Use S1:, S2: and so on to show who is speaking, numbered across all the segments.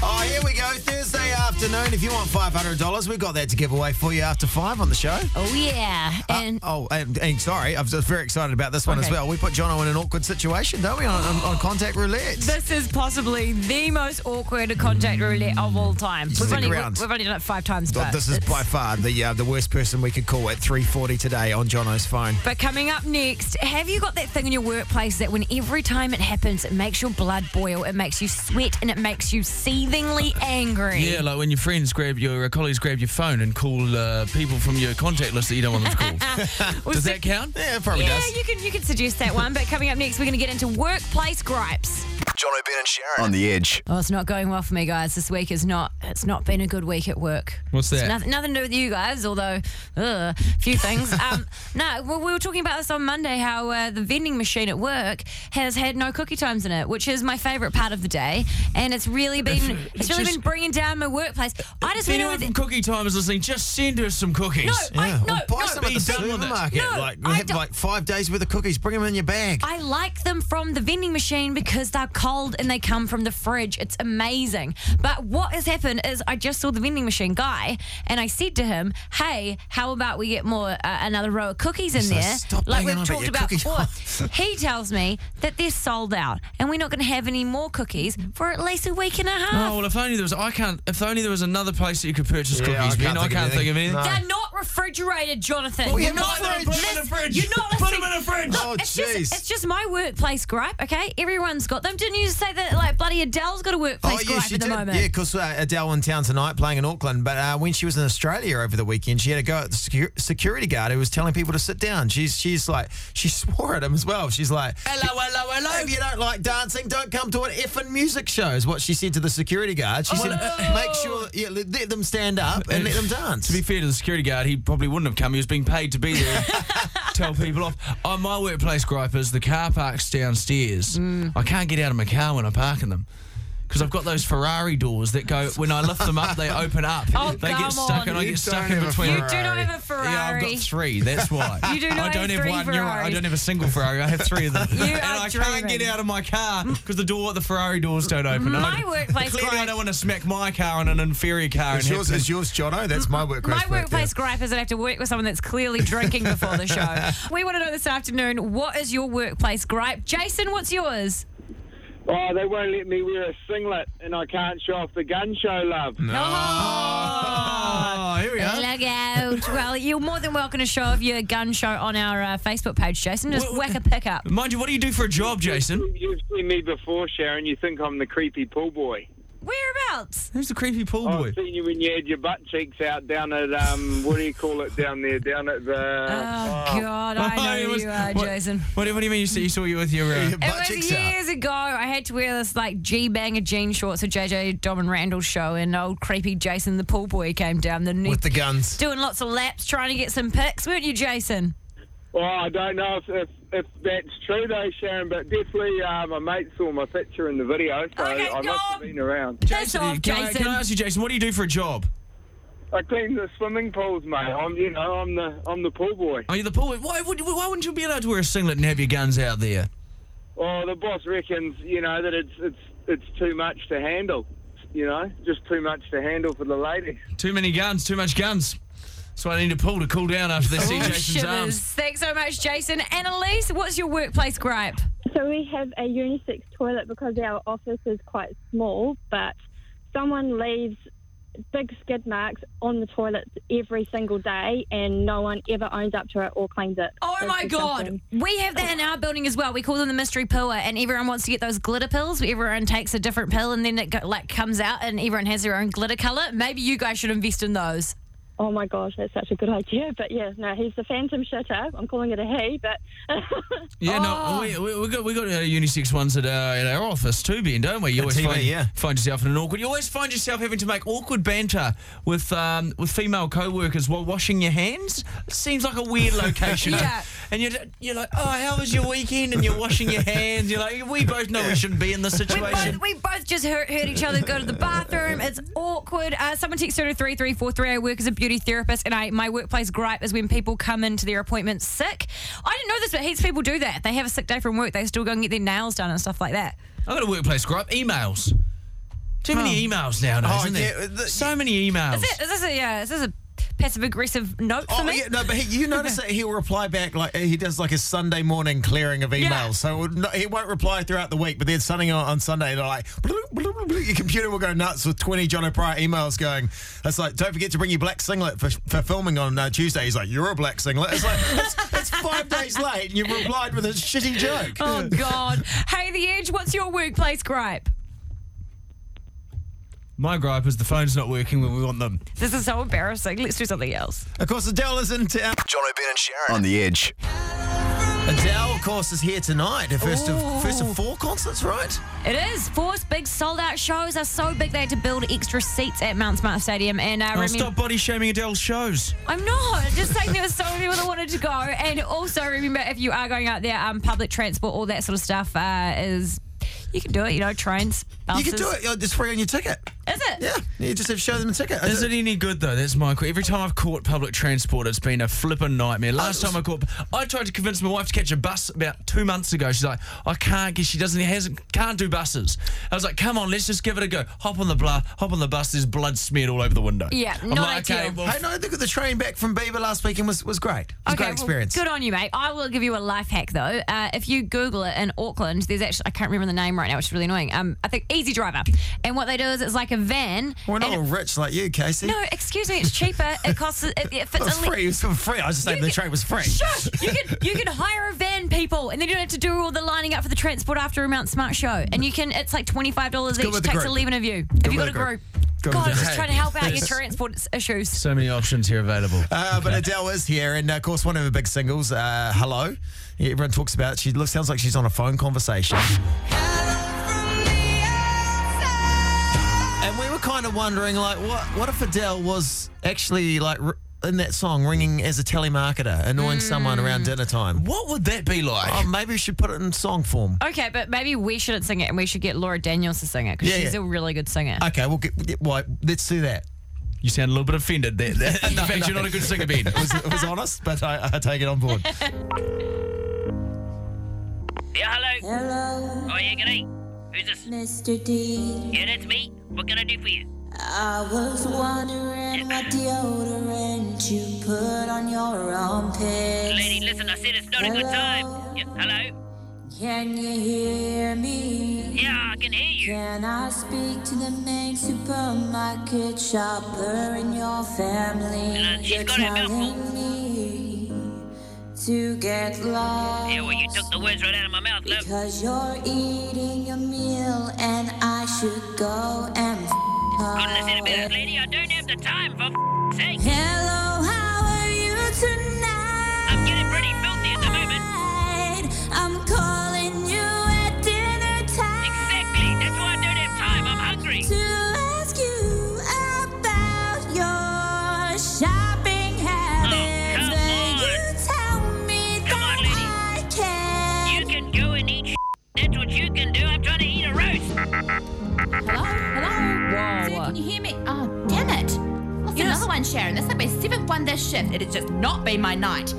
S1: Oh, afternoon. If you want $500, we've got that to give away for you after five on the show.
S2: Oh, yeah.
S1: Uh,
S2: And
S1: oh, and, and sorry, I'm just very excited about this one as
S2: Okay.
S1: well. We put Jono in an awkward situation, don't we, on, on, on contact roulette?
S2: this is possibly the most awkward contact roulette of all time.
S1: Stick
S2: We've only,
S1: around.
S2: we've only done it five times.
S1: Th-
S2: But,
S1: this is
S2: it's-
S1: by far the uh, the worst person we could call at 3:40 today on Jono's phone.
S2: but coming up next, have you got that thing in your workplace that when every time it happens, it makes your blood boil, it makes you sweat, and it makes you seethingly angry?
S3: Yeah, like when your friends grab your uh, colleagues grab your phone and call uh, people from your contact list that you don't want them to call.
S2: We'll
S3: Does
S2: see-
S3: that count?
S1: Yeah, it probably
S2: Yeah,
S1: does.
S2: you can you can suggest that one. But coming up next, we're going to get into workplace gripes.
S4: John O'Brien and Sharon on the edge.
S2: Oh, it's not going well for me, guys. This week is not. It's not been a good week at work.
S3: What's
S2: It's
S3: that?
S2: nothing, nothing to do with you guys, although ugh, a few things. um, no, well, we were talking about this on Monday. How uh, the vending machine at work has had no cookie times in it, which is my favourite part of the day, and it's really been it's really
S3: just-
S2: been bringing down my workplace. I just
S3: If
S2: went
S3: anyone
S2: on
S3: from
S2: with
S3: Cookie Time is listening, just send her some cookies.
S2: No, I,
S1: Yeah,
S2: no,
S1: or buy
S2: no.
S1: some at the
S3: Be done with it.
S1: supermarket.
S2: No,
S1: like we
S2: I
S1: have
S2: don't-
S1: like five days worth of cookies. Bring them in your bag.
S2: I like them from the vending machine because they're cold and they come from the fridge. It's amazing. But what has happened is I just saw the vending machine guy and I said to him, "Hey, how about we get more uh, another row of cookies in
S1: So
S2: there?"
S1: stop
S2: like
S1: banging
S2: we've
S1: on about
S2: talked
S1: your
S2: about
S1: cookie
S2: before. he tells me that they're sold out and we're not going to have any more cookies for at least a week and a half.
S3: Oh well, if only there was I can't. If only there was another place that you could purchase
S1: Yeah,
S3: cookies.
S1: I can't
S3: Ben, I
S1: think of
S3: can't think of
S1: anything.
S3: anything.
S1: No.
S2: They're not refrigerated, Jonathan.
S1: Well,
S2: You're
S1: you're not
S2: not
S1: in the
S2: li-
S1: fridge. Put 'em in the
S2: listen-
S3: fridge.
S2: You're not
S3: Put 'em
S2: listening-
S3: in the fridge.
S2: Look,
S1: Oh,
S2: it's just-
S1: jeez.
S2: It's just my workplace gripe, okay? Everyone's got them. Didn't you say that like bloody Adele's got a workplace gripe at
S1: she
S2: the
S1: did.
S2: moment?
S1: Oh, Yeah, because uh, Adele in town tonight playing in Auckland. But uh, when she was in Australia over the weekend, she had a go at the secu- security guard who was telling people to sit down. She's she's like she swore at him as well. She's like,
S3: Hello, hello, hello.
S1: if you don't like dancing, don't come to an effing music show. Is what she said to the security guard. She said,
S2: Oh.
S1: make sure yeah, let let them stand up and let them dance.
S3: To be fair to the security guard, he probably wouldn't have come. He was being paid to be there. Tell people off. Oh, my workplace gripe is the car parks downstairs.
S2: Mm.
S3: I can't get out of my car when I park in them. Because I've got those Ferrari doors that go, when I lift them up, they open up.
S2: Oh,
S3: they
S2: come
S3: get stuck
S2: on.
S3: and I
S1: You
S3: get stuck
S1: don't
S3: in
S1: have a
S3: between.
S2: You do not have a Ferrari.
S3: Yeah, I've got three. That's why.
S2: You do not
S3: I
S2: have
S3: don't have,
S2: three
S3: one. You're right. I
S2: Ferraris.
S3: don't have a single Ferrari. I have three of them.
S2: You
S3: and
S2: are
S3: I can't
S2: dreaming.
S3: get out of my car because the door, the Ferrari doors don't open. And
S2: My
S3: I-
S2: workplace
S3: Clearly, I
S2: gripe-
S3: don't want to smack my car on an inferior car.
S1: It's
S3: and
S1: yours,
S3: have to-
S1: it's yours, Jono. That's my workplace.
S2: My
S1: right there.
S2: workplace gripe is that I have to work with someone that's clearly drinking before the show. we want to know this afternoon what is your workplace gripe? Jason, what's yours?
S5: Oh, they won't let me wear a singlet, and I can't show off the gun show, love.
S3: Oh, here we are.
S2: Plug out. Well, you're more than welcome to show off your gun show on our uh, Facebook page, Jason. Just
S3: Well,
S2: whack a pick up.
S3: Mind you, what do you do for a job, Jason?
S5: You've seen me before, Sharon. You think I'm the creepy pool boy.
S2: Whereabouts?
S3: Who's the creepy pool
S2: Oh,
S3: boy?
S5: I've seen you when you had your butt cheeks out down at um, what do you call it down there? Down at the.
S2: Oh, God, I know
S3: it Oh, was-
S2: you are,
S3: what-
S2: Jason.
S3: What, do- what do you mean you, see, you saw you with your... Uh,
S1: Your
S2: It
S1: butt
S2: was
S1: cheeks out.
S2: years ago. I had to wear this like G banger jean shorts for JJ Dom and Randall's show, and old creepy Jason the pool boy came down the neck,
S1: with the guns.
S2: doing lots of laps, trying to get some pics, weren't you, Jason?
S5: Oh, I don't know if, if, if that's true though, Sharon, but definitely uh, my mate saw my picture in the video, so
S2: Okay,
S5: I
S2: go
S5: must
S2: on.
S5: have been around.
S2: Piss off,
S3: can, I,
S2: Jason.
S3: can I ask you, Jason, what do you do for a job?
S5: I clean the swimming pools, mate. I'm, you know, I'm the I'm the pool boy.
S3: Are you the pool boy? Why, would, why wouldn't you be allowed to wear a singlet and have your guns out there?
S5: Oh, the boss reckons, you know, that it's it's it's too much to handle. You know, just too much to handle for the ladies.
S3: Too many guns, too much guns. So I need a pool to cool down after they see
S2: Oh,
S3: Jason's
S2: shivers.
S3: arms.
S2: Thanks so much, Jason. Annalise, what's your workplace gripe?
S6: So we have a unisex toilet because our office is quite small, but someone leaves big skid marks on the toilet every single day and no one ever owns up to it or claims it.
S2: Oh
S6: It's
S2: my god,
S6: disgusting.
S2: we have that in our building as well. We call them the mystery pilla, and everyone wants to get those glitter pills. Where everyone takes a different pill, and then it go, like comes out, and everyone has their own glitter color. Maybe you guys should invest in those.
S6: Oh my gosh, that's such a good idea. But yeah, no, he's the phantom shitter. I'm calling it a he, but
S3: Yeah,
S2: Ah.
S3: no, we, we, we got we got uh, unisex ones at, uh, at our office too, Ben, don't we? You always
S1: TV,
S3: find,
S1: yeah.
S3: find yourself in an awkward. You always find yourself having to make awkward banter with um, with female co-workers while washing your hands. Seems like a weird location.
S2: Yeah.
S3: And you're you're like, oh, how was your weekend? And you're washing your hands. You're like, we both know we shouldn't be in this
S2: We both,
S3: situation.
S2: we both just heard, heard each other go to the bathroom. It's awkward. Uh, someone texted to 3343. I work as a beauty therapist, and I my workplace gripe is when people come into their appointments sick. I didn't know this, but heaps of people do that. They have a sick day from work. They still go and get their nails done and stuff like that.
S3: I've got a workplace gripe. Emails. Too many emails nowadays,
S1: Oh,
S3: isn't there?
S1: yeah, the-
S3: so many emails.
S2: Is, it, is this a yeah? Is this a passive aggressive note for
S1: Oh
S2: me?
S1: yeah, no, but he, you notice that he'll reply back like he does like a Sunday morning clearing of emails.
S2: Yeah.
S1: So it would not, he won't reply throughout the week, but then suddenly on, on Sunday they're like, "Bloop, bloop, bloop, bloop." your computer will go nuts with twenty John O'Pryor emails going. It's like, don't forget to bring your black singlet for, for filming on uh, Tuesday. He's like, you're a black singlet. It's like it's, it's five days late, and you've replied with a shitty joke.
S2: Oh God! hey, the edge. What's your workplace gripe?
S3: My gripe is the phone's not working when we want them.
S2: This is so embarrassing. Let's do something else.
S1: Of course, Adele is in town.
S4: John O'Brien and Sharon on the edge.
S1: Adele, of course, is here tonight. Her first
S2: Ooh.
S1: of first of four concerts, right?
S2: It is. Four's big sold out shows are so big they had to build extra seats at Mount Smart Stadium. And uh,
S3: Oh,
S2: Remy-
S3: stop body shaming Adele's shows.
S2: I'm not. Just saying there were so many people that wanted to go. And also remember, if you are going out there, um, public transport, all that sort of stuff uh, is. You can do it, you know, trains, buses.
S1: You can do it. You're just free on your ticket.
S2: Is it?
S1: Yeah, you just have to show them a ticket.
S3: Is it any good though? That's my question. Every time I've caught public transport, it's been a flippin' nightmare. Last time I caught, I tried to convince my wife to catch a bus about two months ago. She's like, I can't, get, she doesn't, hasn't, can't do buses. I was like, come on, let's just give it a go. Hop on the blah, hop on the bus. There's blood smeared all over the window.
S2: Yeah,
S3: I'm
S2: not
S3: like, okay,
S2: ideal.
S3: well,
S1: Hey, no, I think the train back from Bieber last weekend was, was great. It was a great
S2: well,
S1: experience.
S2: good on you, mate. I will give you a life hack though. Uh, if you Google it in Auckland, there's actually I can't remember the name right now, which is really annoying. Um, I think Easy Driver, and what they do is it's like a van.
S1: We're not
S2: and
S1: all rich like you, Casey.
S2: no, excuse me, it's cheaper. It costs. It, it
S1: it
S2: fits
S1: was
S2: only.
S1: free. It was for free. I was just saying
S2: You
S1: the
S2: can-
S1: train was free.
S2: Shush! You can you can hire a van, people, and then you don't have to do all the lining up for the transport after a Mount Smart show. And you can it's like twenty five dollars
S1: good
S2: each.
S1: with the
S2: Takes
S1: group.
S2: eleven of you.
S1: Good
S2: Have you got
S1: with
S2: a
S1: the
S2: group?
S1: group. Good
S2: God,
S1: with the
S2: just
S1: group.
S2: trying to help out your
S3: Yes.
S2: transport s- issues.
S3: so many options here available.
S1: Uh, but Adele is here, and uh, of course, one of her big singles, uh, "Hello." Everyone talks about. it. She looks sounds like she's on a phone conversation. And we were kind of wondering, like, what what if Adele was actually like r- in that song, ringing as a telemarketer, annoying someone
S2: Mm.
S1: around dinner time?
S3: what would that be like?
S1: Oh, maybe we should put it in song form.
S2: Okay, but maybe we shouldn't sing it, and we should get Laura Daniels to sing it because
S1: Yeah,
S2: she's
S1: yeah.
S2: a really good singer.
S1: Okay, well, get, get- well, let's do that.
S3: you sound a little bit offended there. In fact, you're not a good singer, Ben.
S1: It was, it was honest, but I, I take it on board.
S7: Yeah, hello. Oh, yeah, g'day. Who's this?
S8: Mr. D,
S7: Yeah, that's me. What can I do for you?
S8: I was wondering what deodorant you put on your
S7: Lady,
S8: armpits.
S7: listen, I said it's not a good time. Yeah, hello?
S8: Can you hear me?
S7: Yeah, I can hear you.
S8: Can I speak to the main supermarket shopper in your family?
S7: Uh, she's
S8: You're
S7: got her mouthful.
S8: telling me to get lost.
S7: Yeah, well, you took the words right out of my mouth, love.
S8: Because you're eating your meal and I should go and f-
S7: Couldn't have said it better,
S8: off.
S7: lady. I don't have the time, for f***ing sake.
S8: Hello, how are you tonight?
S7: I'm getting pretty filthy at the moment.
S8: I'm calling you at dinner time
S7: Exactly. That's why I don't have time. I'm hungry.
S8: to ask you about your shopping
S9: Oh,
S8: habits.
S7: come
S8: Will
S7: on.
S8: you tell me
S7: Come on, lady.
S8: that I
S7: You
S8: can?
S7: can go and eat s***. That's what you can do. I'm trying to eat a roast.
S9: Hello? Hello? Sir, can you hear me? Oh, damn it. What's another one, Sharon? This is my seventh one this shift. It has just not been my night.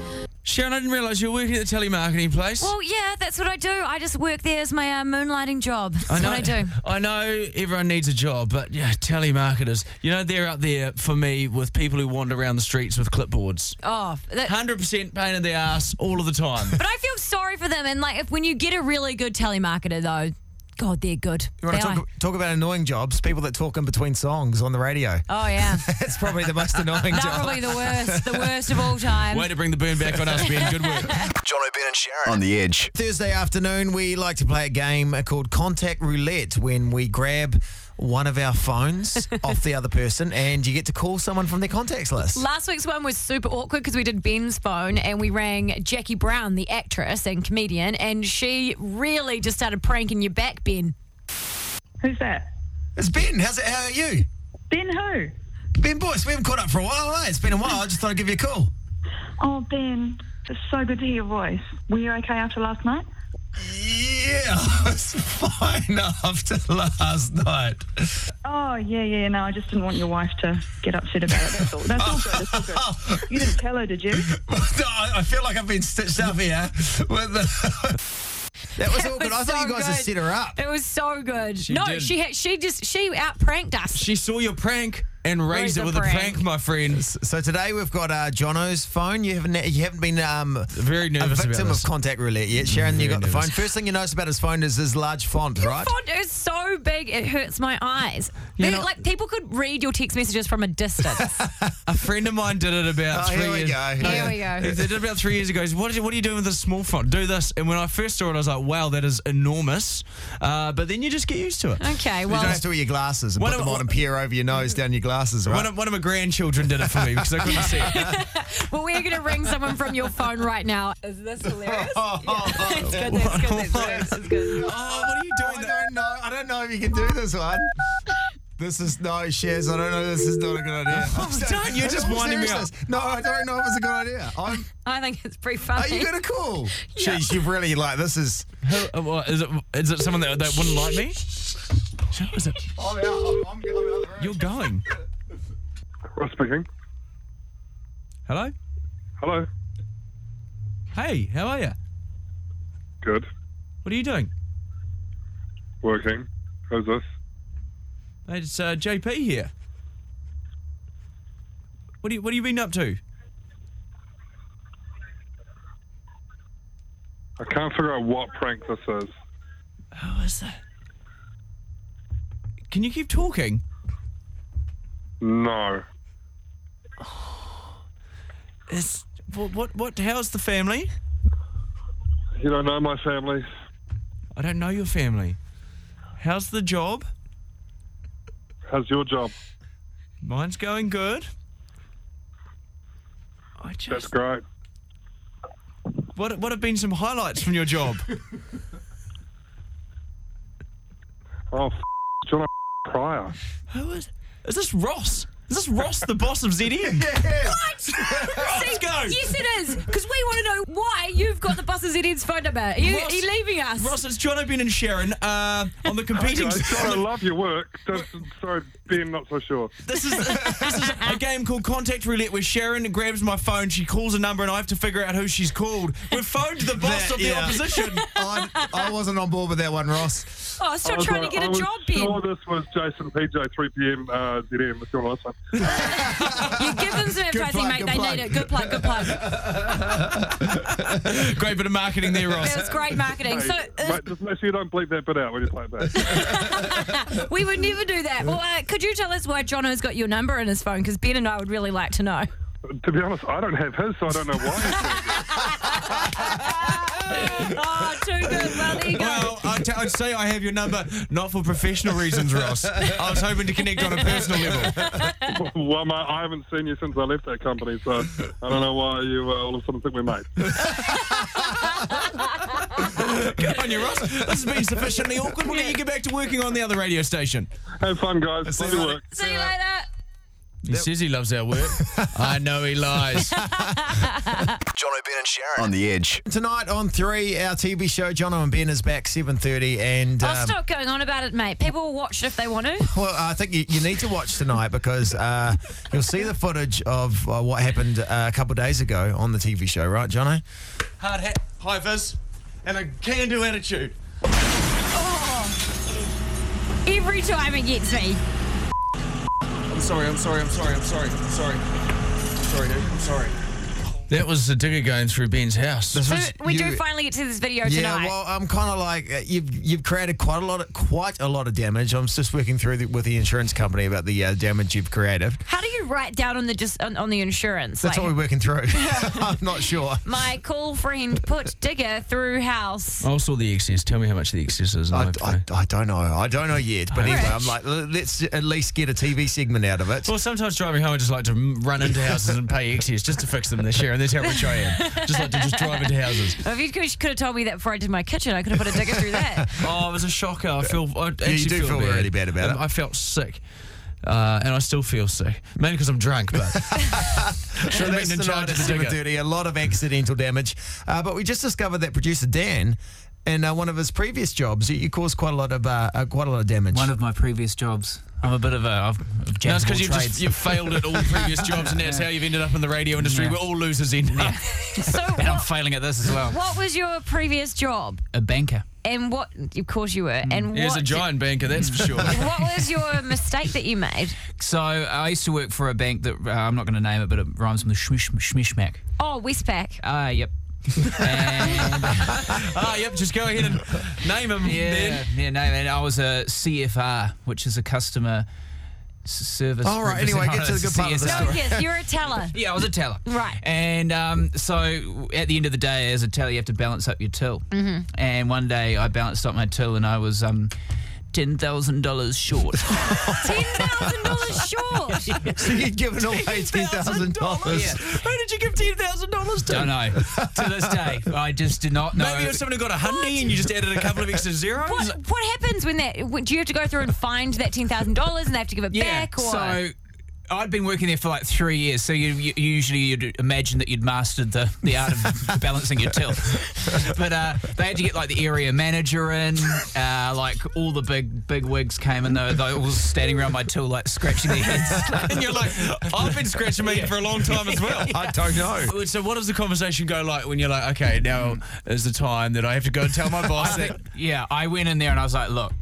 S3: Sharon, I didn't realise you were working at the telemarketing place.
S2: Well, yeah, that's what I do. I just work there as my uh, moonlighting job. That's what I do.
S3: I know everyone needs a job, but yeah, telemarketers, you know, they're out there for me with people who wander around the streets with clipboards.
S2: Oh, that,
S3: 100% pain in the ass all of the time.
S2: but I feel sorry for them. And like, if when you get a really good telemarketer, though, God, they're good.
S1: You want
S2: They
S1: to
S2: are.
S1: talk, talk about annoying jobs? People that talk in between songs on the radio.
S2: Oh yeah,
S1: That's probably the most annoying
S2: that's
S1: job.
S2: probably the worst, the worst of all time.
S3: Way to bring the burn back on us, Ben. Good work.
S4: John O'Brien and Sharon on the edge.
S1: Thursday afternoon, we like to play a game called Contact Roulette when we grab one of our phones off the other person and you get to call someone from their contacts list.
S2: Last week's one was super awkward because we did Ben's phone and we rang Jackie Brown, the actress and comedian, and she really just started pranking you back, Ben.
S6: Who's that?
S1: It's Ben. How's it? How are you?
S6: Ben who?
S1: Ben Boyce. We haven't caught up for a while, eh? It's been a while. I just thought I'd give you a call.
S6: Oh, Ben, it's so good to hear your voice. Were you okay after last night?
S1: Yeah, I was fine after last night.
S6: Oh, yeah, yeah, no, I just didn't want your wife to get upset about it. That's all. That's all good. That's all good.
S1: Oh,
S6: You didn't tell her, did you?
S1: No, I I feel like I've been stitched up here with the That was all good. I thought you guys had
S2: good.
S1: set her up.
S2: It was so good.
S3: She
S2: no,
S3: did.
S2: she had, she just she out pranked us.
S3: She saw your prank and
S2: Raise
S3: raised it
S2: a
S3: with a
S2: prank.
S3: prank, my friend.
S1: So today we've got uh, Jono's phone. You haven't you haven't been um,
S3: Very
S1: a
S3: nervous about
S1: victim of
S3: this.
S1: contact roulette yet, Sharon. you got the
S3: nervous.
S1: phone. First thing you notice about his phone is his large font, right?
S2: font is so big it hurts my eyes.
S3: You
S2: They-
S3: know-
S2: like people could read your text messages from a distance.
S3: a friend of mine did it about
S1: Oh,
S3: three
S1: here we
S3: years.
S1: go.
S3: No,
S1: Here
S2: we go.
S3: They did it about three years ago. He said, What, are you- what are you doing with this small font? Do this. And when I first saw it, I was like, wow, that is enormous. Uh, but then you just get used to it.
S2: okay,
S1: You
S2: well,
S1: don't store your glasses and
S3: One
S1: put
S3: of-
S1: them on and peer over your nose down your glasses, right?
S3: One of, one of my grandchildren did it for me because I couldn't see it.
S2: well, we're gonna ring someone from your phone right now. Is this hilarious?
S1: Oh.
S2: It's good. It's good. It's good. It's good.
S3: Oh, what are you
S1: I
S3: doing there?
S1: don't know. I don't know if you can do this one. This is no shares. I don't know. This is not a good idea. I'm so-
S3: Oh, don't. You're
S1: in
S3: just
S1: all
S3: winding me up.
S1: seriousness, No, I don't know if it's a good idea. I'm,
S2: I think it's pretty
S1: are
S2: funny.
S1: you gonna call?
S2: Yeah.
S1: Jeez, you really like this is.
S3: Who- uh, what, Is it, is it someone that, that wouldn't like me? Is it,
S1: I'm out. I'm, I'm, I'm out.
S3: you're going.
S5: Ross speaking.
S3: Hello?
S5: Hello.
S3: Hey, how are you?
S5: Good.
S3: What are you doing?
S5: Working. Who's this?
S3: Mate, It's uh, JP here. What do you What have you been up to?
S5: I can't figure out what prank this is.
S3: Who is that? Can you keep talking?
S5: No.
S3: It's what what what? How's the family?
S5: You don't know my family.
S3: I don't know your family. How's the job?
S5: How's your job?
S3: Mine's going good. I
S5: That's
S3: just
S5: great.
S3: what what have been some highlights from your job?
S5: Oh, f- John Pryor.
S3: Who is? Is this Ross? Is this Ross, the boss of ZDM?
S2: See,
S3: Let's go.
S2: Yes, it is. Because we want to know why you've got the Buses Ed's phone number. Are you,
S3: Ross-
S2: are you leaving us?
S3: Ross, it's John O'Brien and Sharon uh, on the competing.
S5: Guys, John, I love your work. Just, sorry, Ben, not so sure.
S3: This is this is a game called Contact Roulette where Sharon grabs my phone, she calls a number, and I have to figure out who she's called. We've phoned the boss
S1: That-
S3: of the
S1: yeah.
S3: opposition.
S1: I'm, I wasn't on board with that one, Ross.
S2: oh, I'm
S5: I
S2: still
S5: was
S2: trying
S5: like-
S2: to get
S5: I
S2: a
S5: was
S2: job,
S5: Sure,
S2: Ben.
S5: this was Jason PJ 3 p.m. Uh, ZM. If you want to listen.
S2: You give them some
S1: Good
S2: advertising, mate.
S1: plug, good
S2: They
S1: plug.
S2: need it. Good plug. Good plug. That
S3: Great bit of marketing there, Ross.
S2: was great marketing. So.
S5: Hey,
S2: uh,
S5: mate, just make sure you don't bleep that bit out when you play it back.
S2: We would never do that. Well, uh, could you tell us why Jono's got your number in his phone? Because Ben and I would really like to know.
S5: to be honest, I don't have his, so I don't know why.
S2: Oh, too good. Well, there you go.
S3: Well, I'd, t- I'd say I have your number, not for professional reasons, Ross. I was hoping to connect on a personal level.
S5: well, mate, I haven't seen you since I left that company, so I don't know why you uh, all of a sudden think we're mates.
S3: Good on you, Ross. This has been sufficiently awkward. We'll let you get back to working on the other radio station.
S5: Have fun, guys. Love your work.
S2: See you
S1: uh,
S2: later.
S3: He says he loves our work. I know he lies.
S4: John O'Brien and Sharon on the edge.
S1: Tonight on three, our TV show, Jono and Ben is back seven thirty, and
S2: I'll
S1: um,
S2: Oh, stop going on about it, mate. People will watch it if they want to.
S1: Well, I think you, you need to watch tonight because uh, you'll see the footage of uh, what happened uh, a couple of days ago on the TV show, right, Jono?
S3: Hard hat, high vis, and a can-do attitude.
S2: Every time it gets me.
S3: I'm sorry, I'm sorry, I'm sorry, I'm sorry, I'm sorry. Sorry, dude, I'm sorry. That was the digger going through Ben's house.
S2: So
S1: was
S2: we do
S1: you-
S2: finally get to this video
S1: Yeah,
S2: tonight.
S1: well, I'm kind of like uh, you've you've created quite a lot of quite a lot of damage. I'm just working through the, with the insurance company about the uh, damage you've created.
S2: How do you write down on the just on, on the insurance?
S1: That's what we're working through. I'm not sure.
S2: my cool friend put digger through house.
S3: I also the excess. Tell me how much the excess is.
S1: I, I, I don't know. I don't know yet. But anyway, I'm
S2: Rich.
S1: like, l- let's at least get a TV segment out of it.
S3: well, sometimes driving home, I just like to mm, run into houses and pay excess just to fix them this year, and that's how rich I am. Just like to just drive into houses.
S2: If you could have told me that before I did my kitchen, I could have put a digger through that.
S3: Oh, it was a shocker. I feel. I actually
S1: do feel really bad about
S3: Um,
S1: it.
S3: I felt sick. Uh, and I still feel sick, mainly because I'm drunk. But should have been in charge of the digger.
S1: 7.30, a lot of accidental damage. Uh, but we just discovered that producer Dan in uh, one of his previous jobs. You, you caused quite a lot of uh, uh, quite a lot of damage.
S10: One of my previous jobs. I'm a bit of a. I've, I've
S3: That's because
S10: jack of all
S3: you've just
S10: trades.
S3: you've failed at all previous jobs, and that's how you've ended up in the radio industry.
S10: Yeah.
S3: We're all losers in. Yeah.
S2: So
S10: and I'm
S2: what,
S10: failing at this as well.
S2: what was your previous job?
S10: A banker.
S2: And what, of course you
S10: Mm.
S2: were. And
S3: He's a
S2: what,
S3: giant banker, that's for sure.
S2: what was your mistake that you made?
S10: So I used to work for a bank that uh, I'm not going to name it, but it rhymes with schmish schmishmack.
S2: Oh, Westpac.
S10: Uh, yep. and
S3: ah, yep. Just go ahead and name him.
S10: yeah,
S3: Then.
S10: yeah, no, and I was a CFR, which is a customer s- service.
S1: All right, anyway, get to the good part of the
S10: CSR.
S1: story.
S2: No, yes, you're a teller.
S10: Yeah, I was a teller.
S2: Right.
S10: And um, so at the end of the day, as a teller, you have to balance up your till. Mm-hmm. And one day I balanced up my till and I was um, $10,000 short.
S2: $10,000 short.
S1: So you'd given away ten thousand dollars.
S3: Who did you give ten thousand dollars to?
S10: Don't know. to this day, I just did not know.
S3: Maybe it was someone who got a hundred and you just added a couple of extra zeros.
S2: What, what happens when that? when- Do you have to go through and find that ten thousand dollars, and they have to give it
S10: yeah,
S2: back? Or
S10: so I'd been working there for like three years, so you, you usually you'd imagine that you'd mastered the, the art of balancing your till. But uh, they had to get like the area manager in, uh, like all the big big wigs came in, they, they all standing around my till like scratching their heads.
S3: And you're like, I've been scratching me for a long time as well.
S1: I don't know.
S3: So what does the conversation go like when you're like, okay, now is the time that I have to go and tell my boss that
S10: yeah, I went in there and I was like, look,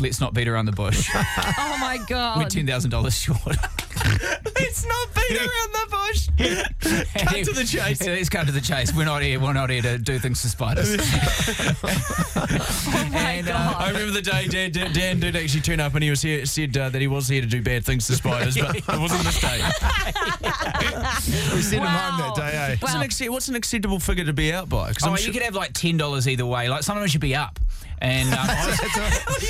S10: let's not beat around the bush.
S2: oh my
S10: We're
S2: god!
S10: ten thousand dollars short.
S3: it's not beat around the bush.
S10: Cut
S3: to the chase.
S10: Let's cut to the chase. We're not here. We're not here to do things to spiders.
S2: oh my
S10: and, uh,
S2: god!
S3: I remember the day Dan, Dan, Dan did actually turn up and he was here, said uh, that he was here to do bad things to spiders, but it wasn't this day.
S1: We sent him
S2: Wow.
S1: home that day, eh?
S3: What's, an
S2: Wow.
S3: acce- what's an acceptable figure to be out by? 'Cause I'm
S10: Oh,
S3: sure-
S10: you could have like ten dollars either way. Like sometimes you'd be up, and um, I, was,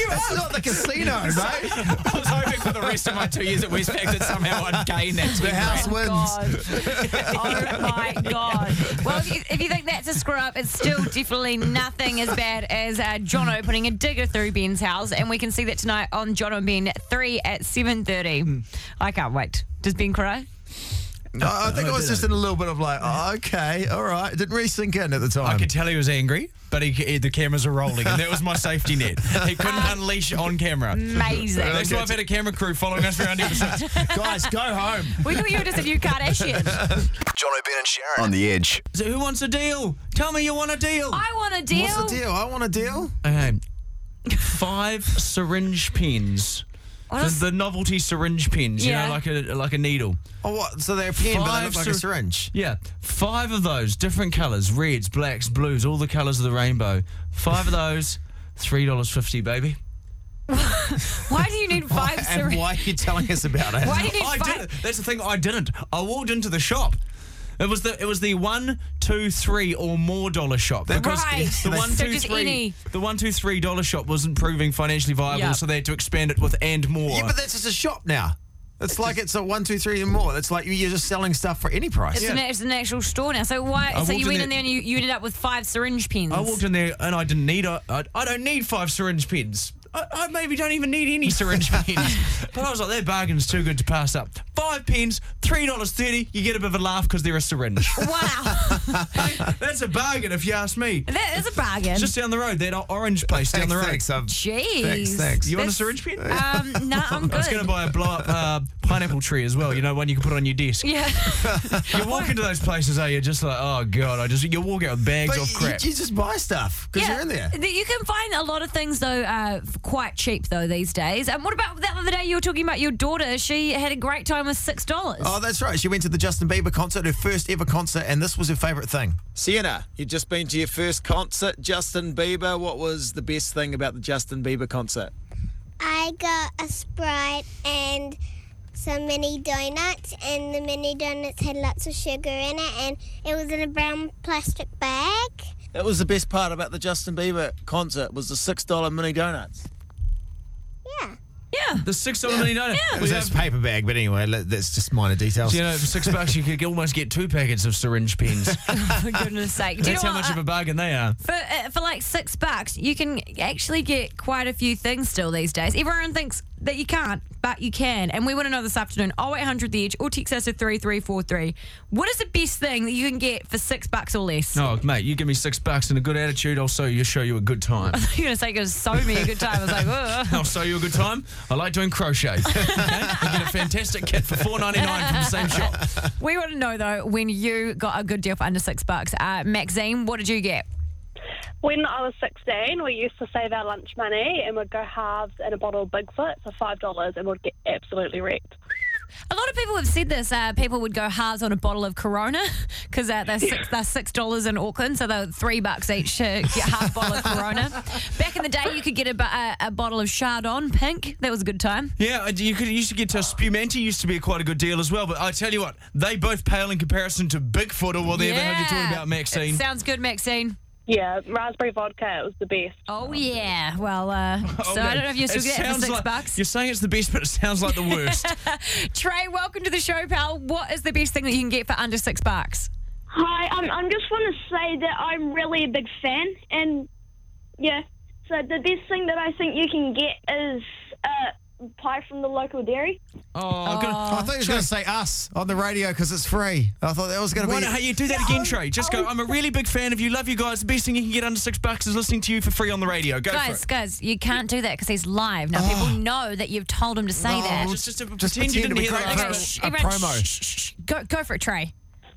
S1: That's not the casino, mate.
S10: I was hoping for the rest of my two years at Westpac that somehow I'd gain that.
S1: The house
S2: Oh,
S1: wins.
S2: God. oh my god! Well, if you, if you think that's a screw up, it's still definitely nothing as bad as uh, Jono putting a digger through Ben's house, and we can see that tonight on Jono and Ben three at seven thirty. I can't wait. Does Ben cry?
S1: No, I think I was just in a little bit of like, oh, okay, all right. It didn't really sink in at the time.
S3: I could tell he was angry, but he, he- the cameras were rolling, and that was my safety net. He couldn't unleash on camera.
S2: Amazing.
S3: That's why I've had a camera crew following us around ever since.
S1: Guys, go home.
S2: We thought you were just a new Kardashian.
S4: Jono, Ben and Sharon on the edge.
S3: So who wants a deal? Tell me you want a deal.
S2: I want a deal.
S1: What's the deal? I want a deal.
S3: Okay. Five syringe pins.
S2: What
S3: The,
S2: is-
S3: the novelty syringe pins,
S2: Yeah.
S3: you know, like a like a needle.
S1: Oh, what? So they're a pen, but they look
S3: Five
S1: like a
S3: syr-
S1: syringe.
S3: Yeah, five of those, different colours: reds, blacks, blues, all the colours of the rainbow. Five of those, three dollars fifty, baby.
S2: Why do you need five
S1: And
S2: syringes?
S1: why are you telling us about it?
S2: Why do you need
S3: I
S2: five?
S3: didn't. That's the thing. I didn't. I walked into the shop. It was the it was the one two three or more dollar shop because
S2: Right.
S3: the one
S2: So
S3: two
S2: just
S3: three
S2: any.
S3: the one two three dollar shop wasn't proving financially viable,
S2: Yeah.
S3: so they had to expand it with and more.
S1: Yeah, but that's just a shop now. It's like it's a one, two, three, and more. It's like you're just selling stuff for any price.
S2: It's, an, it's an actual store now. So why?
S3: I
S2: so
S3: walked
S2: you
S3: in
S2: went
S3: there-
S2: in there and you, you ended up with five syringe pins.
S3: I walked in there and I didn't need I I, I don't need five syringe pins. I, I maybe don't even need any syringe pins. But I was like, their bargain's too good to pass up. Five pins, three dollars thirty. You get a bit of a laugh because they're a syringe.
S2: Wow,
S3: That's a bargain if you ask me.
S2: that is a bargain.
S3: Just down the road, that orange place down
S1: Thanks,
S3: the road.
S1: thanks, um,
S2: Jeez.
S1: thanks, thanks.
S3: You want a
S2: That's-
S3: syringe pin?
S2: Um, no, I'm
S3: I was going
S2: good.
S3: to buy a blow up uh, pineapple tree as well. You know, one you can put on your desk.
S2: yeah.
S3: You walk into those places, are you just like, oh god, I just you walk out with bags
S1: But
S3: of
S1: you,
S3: crap.
S1: you just buy stuff because
S2: yeah.
S1: you're in there.
S2: Th- You can find a lot of things though, uh, f- quite cheap though these days. And what about the other day you were talking about your daughter? She had a great time with six dollars.
S1: Oh, that's right. She went to the Justin Bieber concert, her first ever concert, and this was her favourite thing.
S11: Sienna, you've just been to your first concert, Justin Bieber. What was the best thing about the Justin Bieber concert?
S12: I got a Sprite and some mini donuts, and the mini donuts had lots of sugar in it, and it was in a brown plastic bag.
S11: That was the best part about the Justin Bieber concert was the six dollar mini donuts.
S12: Yeah.
S2: Yeah.
S3: the six dollar mini donut.
S1: It was this paper bag, but anyway, li- that's just minor details.
S3: You know, for six bucks, you could almost get two packets of syringe pins.
S2: For goodness sake. Do you
S3: That's
S2: know
S3: how
S2: what?
S3: much of a bargain they are.
S2: For, uh, for like six bucks, you can actually get quite a few things still these days. Everyone thinks that you can't, but you can. And we want to know this afternoon 0800 The Edge or text us at 3343. What is the best thing that you can get for six bucks or less?
S3: No, Oh, mate, you give me six bucks and a good attitude, I'll show you, show you a good time.
S2: I thought you were going to say it was so me a good time. I was like, ugh.
S3: I'll show you a good time. I like doing crochet. okay? You get a fantastic kit for four ninety nine from the same shop.
S2: We want to know though when you got a good deal for under six bucks. Uh, Maxine, what did you get?
S13: When I was 16, we used to save our lunch money and we'd go halves in a bottle of Bigfoot for $5 and we'd get absolutely wrecked.
S2: A lot of people have said this. Uh, people would go halves on a bottle of Corona because uh, they're six they're six dollars in Auckland, so they're three bucks each to get half a bottle of Corona. Back in the day, you could get a, bu- uh, a, a bottle of Chardon pink. That was a good time.
S3: Yeah, I- you could you used to
S2: Ah.
S3: get to Spumante used to be quite a good deal as well, but I tell you what, they both pale in comparison to Bigfoot or whatever the hell you're talking about, Maxine.
S2: It sounds good, Maxine.
S13: Yeah, raspberry vodka, it was the best.
S2: Oh yeah. Well, uh, so
S3: Okay.
S2: I don't know if you still
S3: Oh, It
S2: get it for
S3: sounds
S2: six
S3: like-
S2: bucks.
S3: You're saying it's the best, but it sounds like the worst.
S2: Trey, welcome to the show, pal. What is the best thing that you can get for under six bucks?
S14: Hi, um, I'm just want to say that I'm really a big fan, and yeah, so the best thing that I think you can get is uh, pie from the local dairy.
S3: Oh,
S1: good. I thought you were going to say us on the radio because it's free. I thought that was
S2: Oh,
S1: going to
S3: Why
S1: be.
S3: not? Hey, you do that again, Trey. Just go. I'm a really big fan of you. Love you guys. The best thing you can get under six bucks is listening to you for free on the radio. Go
S2: guys,
S3: for it.
S2: guys, you can't do that because he's live. Now people know that you've told him to say that.
S3: Oh, Just, just, pretend, you didn't hear that.
S2: Okay, shh, everyone, shh, shh, shh. Go, go for it, Trey.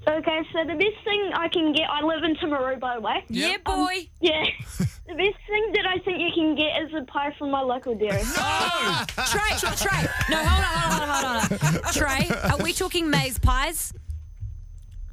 S14: Okay, so the best thing I can get, I live in Timaru, by the way.
S2: Yeah,
S14: Um,
S2: boy.
S14: yeah, the best thing that I think you can get is a pie from my local dairy.
S2: No! Trey, Trey. No, hold on, hold on, hold on, hold on. Trey, are we talking maize pies?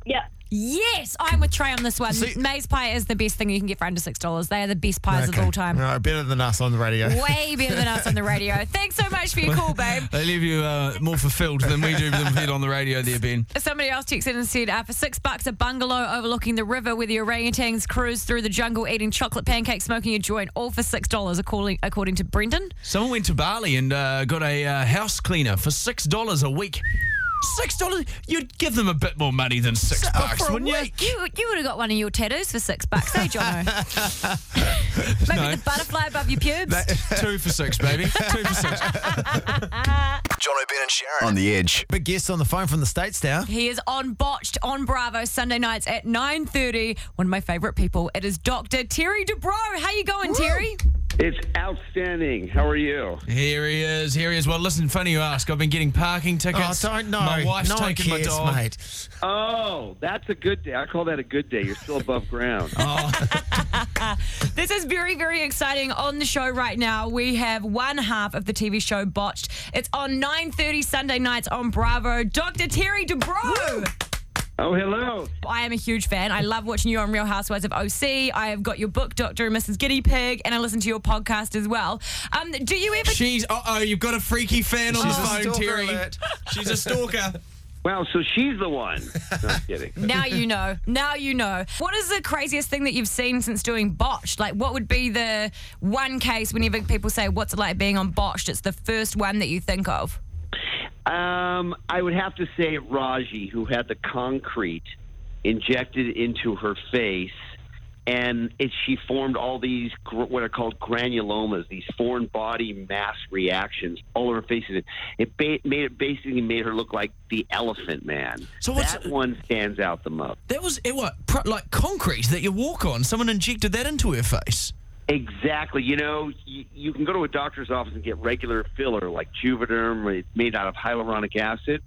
S14: Yeah.
S2: Yes, I'm with Trey on this one. maize pie is the best thing you can get for under six dollars. They are the best pies
S1: Okay.
S2: of all time.
S1: No, better than us on the radio.
S2: Way better than us on the radio. Thanks so much for your call, babe.
S3: They leave you uh, more fulfilled than we do with them on the radio there, Ben.
S2: Somebody else texted in and said, uh, for six bucks, a bungalow overlooking the river where the orangutans cruise through the jungle eating chocolate pancakes, smoking a joint, all for six dollars, according, according to Brendan.
S3: Someone went to Bali and uh, got a uh, house cleaner for six dollars a week. Six dollars? You'd give them a bit more money than six bucks,
S2: For a
S3: wouldn't you?
S2: week. You, you would have got one of your tattoos for six bucks, eh, Jono? Maybe
S3: No.
S2: the butterfly above your pubes.
S3: Two for six, baby. Two for six.
S4: John O'Brien and Sharon.
S1: on the edge. Big guest on the phone from the States now.
S2: He is on Botched on Bravo Sunday nights at 9.30. One of my favourite people. It is Dr. Terry Dubrow. How you going, Terry?
S15: It's outstanding. How are you?
S3: Here he is. Here he is. Well, listen, funny you ask. I've been getting parking tickets.
S15: Oh, don't know.
S3: My wife's
S15: No one
S3: taking
S15: cares,
S3: my dog.
S15: mate. Oh, that's a good day. I call that a good day. You're still above ground. Oh,
S2: This is very, very exciting. On the show right now, we have one half of the TV show Botched. It's on 9.30 Sunday nights on Bravo. Dr. Terry Dubrow.
S15: Oh, hello.
S2: I am a huge fan. I love watching you on Real Housewives of OC. I have got your book, Doctor and Mrs. Guinea Pig, and I listen to your podcast as well. Um, do you ever?
S3: She's. Uh oh, you've got a freaky fan on
S15: She's
S3: the
S15: a
S3: phone,
S15: stalker
S3: Terry.
S15: alert.
S3: She's a stalker.
S15: Wow, so she's the one. No, I'm kidding.
S2: now you know. Now you know. What is the craziest thing that you've seen since doing Botched? Like, what would be the one case whenever people say, "What's it like being on Botched?" It's the first one that you think of.
S15: Um, I would have to say Raji, who had the concrete injected into her face, and it, she formed all these gr- what are called granulomas, these foreign body mass reactions all over her face. And It, it ba- made it basically made her look like the Elephant Man.
S3: So what's-
S15: that one stands out the most.
S3: That was it. What pr- like concrete that you walk on? Someone injected that into her face.
S15: Exactly. You know, you, you can go to a doctor's office and get regular filler like Juvederm, or it's made out of hyaluronic acid.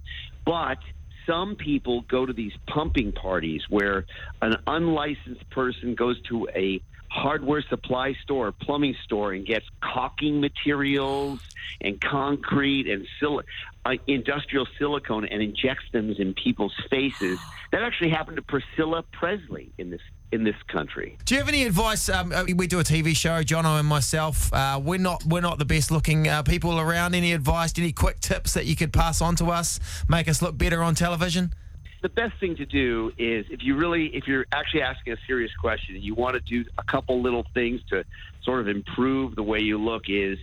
S15: But some people go to these pumping parties where an unlicensed person goes to a hardware supply store, or plumbing store, and gets caulking materials and concrete and sil- uh, industrial silicone and injects them in people's faces. That actually happened to Priscilla Presley in this in this country.
S1: Do you have any advice? Um, uh, we do a TV show, Jono and myself. Uh, we're not we're not the best looking uh, people around. Any advice? Any quick tips that you could pass on to us? Make us look better on television.
S15: the best thing to do is if you really if you're actually asking a serious question and you want to do a couple little things to sort of improve the way you look is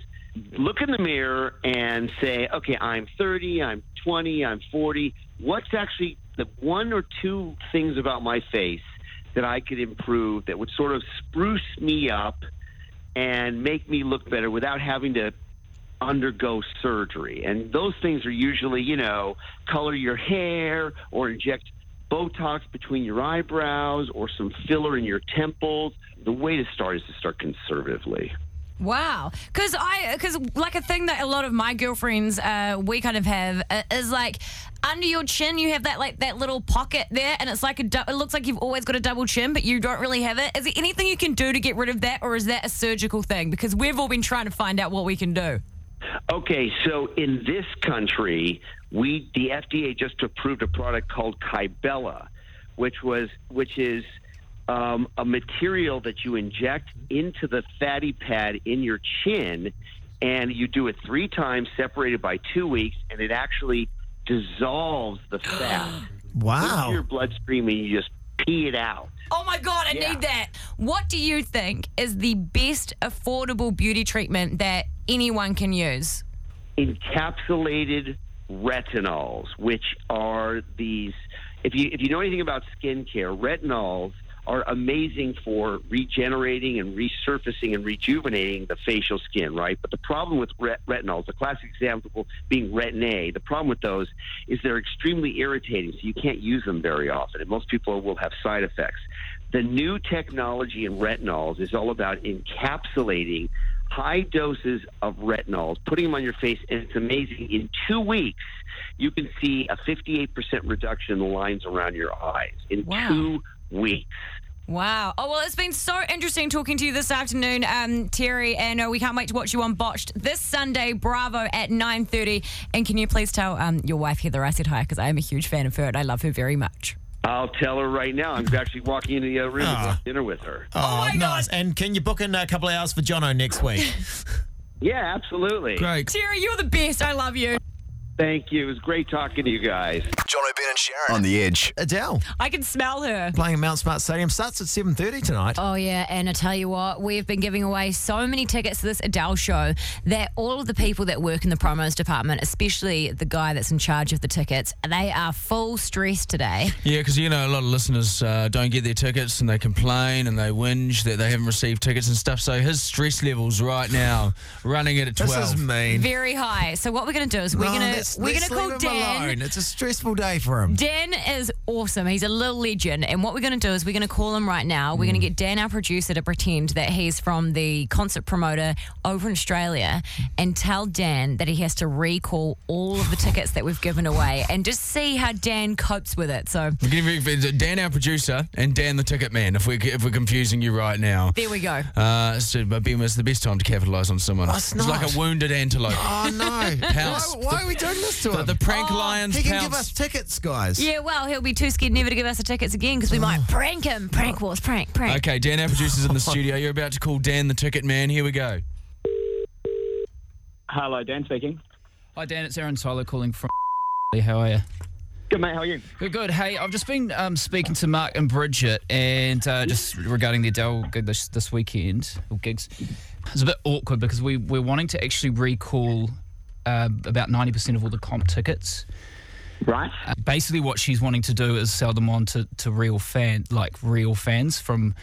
S15: look in the mirror and say okay i'm 30 i'm 20 i'm 40 what's actually the one or two things about my face that i could improve that would sort of spruce me up and make me look better without having to undergo surgery. And those things are usually, you know, color your hair or inject Botox between your eyebrows or some filler in your temples. The way to start is to start conservatively.
S2: Wow, because I because like a thing that a lot of my girlfriends uh, we kind of have uh, is like under your chin you have that like that little pocket there, and it's like a du- it looks like you've always got a double chin, but you don't really have it. Is there anything you can do to get rid of that, or is that a surgical thing? Because we've all been trying to find out what we can do.
S15: Okay, so in this country, we the FDA just approved a product called Kybella, which was which is um, a material that you inject into the fatty pad in your chin, and you do it three times, separated by two weeks, and it actually dissolves the fat.
S1: Wow.
S15: into your bloodstream, and you just pee it out.
S2: Oh my god, I
S15: Yeah.
S2: need that. What do you think is the best affordable beauty treatment that anyone can use?
S15: encapsulated retinols, which are these. If you if you know anything about skincare, retinols are amazing for regenerating and resurfacing and rejuvenating the facial skin, right? But the problem with ret- retinols, the classic example being Retin A, the problem with those is they're extremely irritating, so you can't use them very often, and most people will have side effects. The new technology in retinols is all about encapsulating high doses of retinols, putting them on your face, and it's amazing. In two weeks, you can see a 58% reduction in the lines around your eyes. In two weeks.
S2: Wow. Oh, well, it's been so interesting talking to you this afternoon, um, Terry, and uh, we can't wait to watch you on Botched this Sunday, Bravo, at 9.30. And can you please tell um, your wife, Heather, I said hi because I am a huge fan of her and I love her very much.
S15: I'll tell her right now. I'm actually walking into the other room to have dinner with her.
S3: Ah.
S1: Oh, nice. And can you book in a couple of hours for Jono next week?
S15: Yeah, absolutely.
S1: Great.
S2: Terry, you're the best. I love you.
S15: Thank you. It was great talking to you guys.
S4: John O'Brien and Sharon.
S11: On the
S4: edge.
S1: Adele
S2: I can smell her.
S1: playing at Mount Smart Stadium starts at 7.30 tonight.
S2: Oh yeah, and I tell you what, we've been giving away so many tickets to this Adele show that all of the people that work in the promos department, especially the guy that's in charge of the tickets, they are full stress today.
S3: Yeah, because you know a lot of listeners uh, don't get their tickets and they complain and they whinge that they haven't received tickets and stuff. So his stress levels right now running it at
S1: This
S3: twelve.
S1: is mean.
S2: Very high. So what we're gonna do is we're
S1: No,
S2: gonna
S1: Oh, let's-
S2: we're
S1: let's
S2: gonna call
S1: leave him
S2: Dan.
S1: alone. It's a stressful day for him.
S2: Dan is awesome. He's a little legend. And what we're going to do is we're going to call him right now. We're going to get Dan, our producer, to pretend that he's from the concert promoter over in Australia and tell Dan that he has to recall all of the tickets that we've given away and just see how Dan copes with it. So
S3: We're getting very- it's uh, Dan, our producer, and Dan, the ticket man. If we're if we're confusing you right now,
S2: there we go.
S3: uh, so, but Ben, it's the best time to capitalise on someone.
S1: Oh, It's
S3: like
S1: not.
S3: a wounded antelope.
S1: Oh, no.
S3: Pounce.
S1: Why, why are we doing this to
S3: The-
S1: him?
S3: the prank lions
S1: Oh, He can
S3: pounce.
S1: give us tickets, guys.
S2: Yeah, well, he'll be too scared never to give us the tickets again because we might prank him. Prank wars, prank, prank.
S3: Okay, Dan, our producer's in the studio. You're about to call Dan, the ticket man. Here we go.
S5: Hello, Dan speaking.
S10: Hi, Dan. It's Aaron Tyler calling from. How are you?
S5: Good mate, how are you?
S10: Good, good. Hey, I've just been um, speaking to Mark and Bridget, and uh, just regarding the Adele gig this, this weekend or gigs. It's a bit awkward because we we're wanting to actually recall uh, about ninety percent of all the comp tickets.
S5: Right.
S10: Uh, basically, what she's wanting to do is sell them on to, to real fan, like real fans from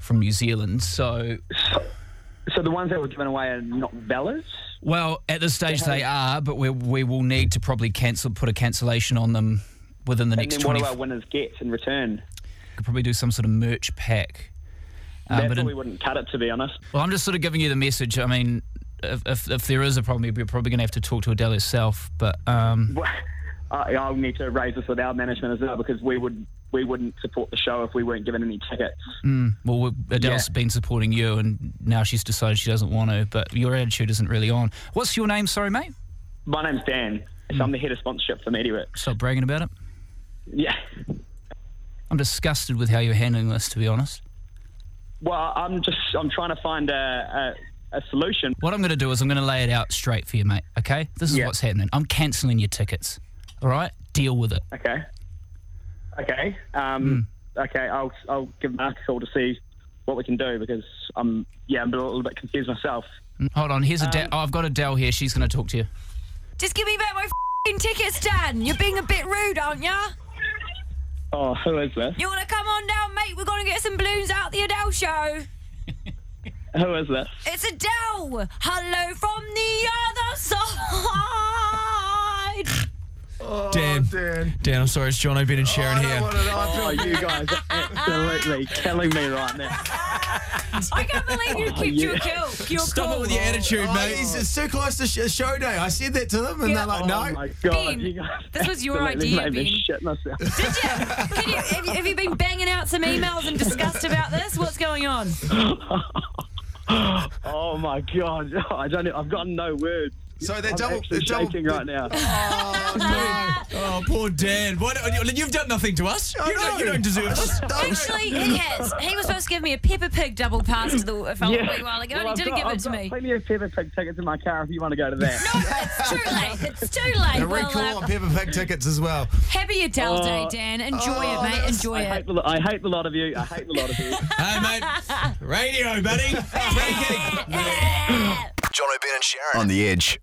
S10: from New Zealand. So
S5: So the ones that were given away are not valid.
S10: Well, at this stage they are, but we we will need to probably cancel, put a cancellation on them within the
S5: and
S10: next
S5: then what
S10: twenty.
S5: do our winners get in return?
S10: Could probably do some sort of merch pack. Um,
S5: that
S10: but in-
S5: probably wouldn't cut it, to be honest.
S10: well, I'm just sort of giving you the message. I mean, if if, if there is a problem, you're probably going to have to talk to Adele herself. But um,
S5: I, I'll need to raise this with our management as well because we would we wouldn't support the show if we weren't given any tickets.
S10: mm, well, we- Adele's been supporting you, and now she's decided she doesn't want to. But your attitude isn't really on. What's your name? Sorry, mate.
S5: My name's Dan. So I'm the head of sponsorship for MediaWorks.
S10: Stop bragging about it.
S5: Yeah.
S10: I'm disgusted with how you're handling this, to be honest.
S5: Well, I'm just I'm trying to find a, a, a solution.
S10: What I'm going to do is I'm going to lay it out straight for you, mate. Okay? This is what's happening. I'm cancelling your tickets. All right? Deal with it.
S5: Okay. Okay. Um,
S10: Hmm.
S5: Okay. I'll I'll give Mark a call to see what we can do because I'm yeah I'm a little bit confused myself. Um,
S10: Mm, Hold on. Here's Adele. Oh, I've got Adele here. She's going to talk to you.
S2: Just give me back my fing tickets, Dan. You're being a bit rude, aren't ya?
S5: Oh, who is this?
S2: You want to come on down, mate? We're going to get some balloons out the Adele show.
S5: Who is this?
S2: It's Adele. Hello from the other side.
S1: Oh,
S3: Dan. Dan. I'm sorry, it's John O'Bin and Sharon here.
S5: Oh, you guys are absolutely killing me right now.
S2: I can't believe
S5: Oh,
S2: you kept your cool. Your
S3: Stop
S2: cool.
S3: it with your attitude,
S1: Oh,
S3: mate.
S1: he's- it's too close to sh- show day. I said that to them, and they're like, "No."
S5: Oh my god,
S2: Ben,
S5: you guys
S2: this was your
S5: absolutely
S2: idea,
S5: made
S2: Ben.
S5: me shit myself.
S2: Can you, have, you, have you been banging out some emails and discussed about this? What's going on?
S5: oh my god, I don't. e, I've got no words.
S1: So
S3: they're
S5: I'm
S3: double-
S5: actually
S3: they're double-
S5: shaking right now.
S3: Oh, poor Dan. Why don't, you've done nothing to us. You don't, you don't deserve this.
S2: Actually, he has. He was supposed to give me a Peppa Pig double pass to the phone a wee while ago,
S5: Well,
S2: and
S5: I've
S2: he didn't give
S5: got-
S2: it
S5: I've
S2: to
S5: got
S2: me.
S5: Plenty of pepper pig tickets in my car if you want to go to that.
S2: It's too late. It's too late.
S1: They're really
S2: Well,
S1: cool
S2: uh,
S1: on Peppa Pig tickets as well.
S2: happy Adele Day,
S5: Oh.
S2: Dan. Enjoy it, mate. Enjoy
S5: I
S2: it.
S5: hate, the, I hate the lot of you. I hate the lot of you.
S3: hey, mate. Radio, buddy.
S4: John O'Brien and Sharon on the edge.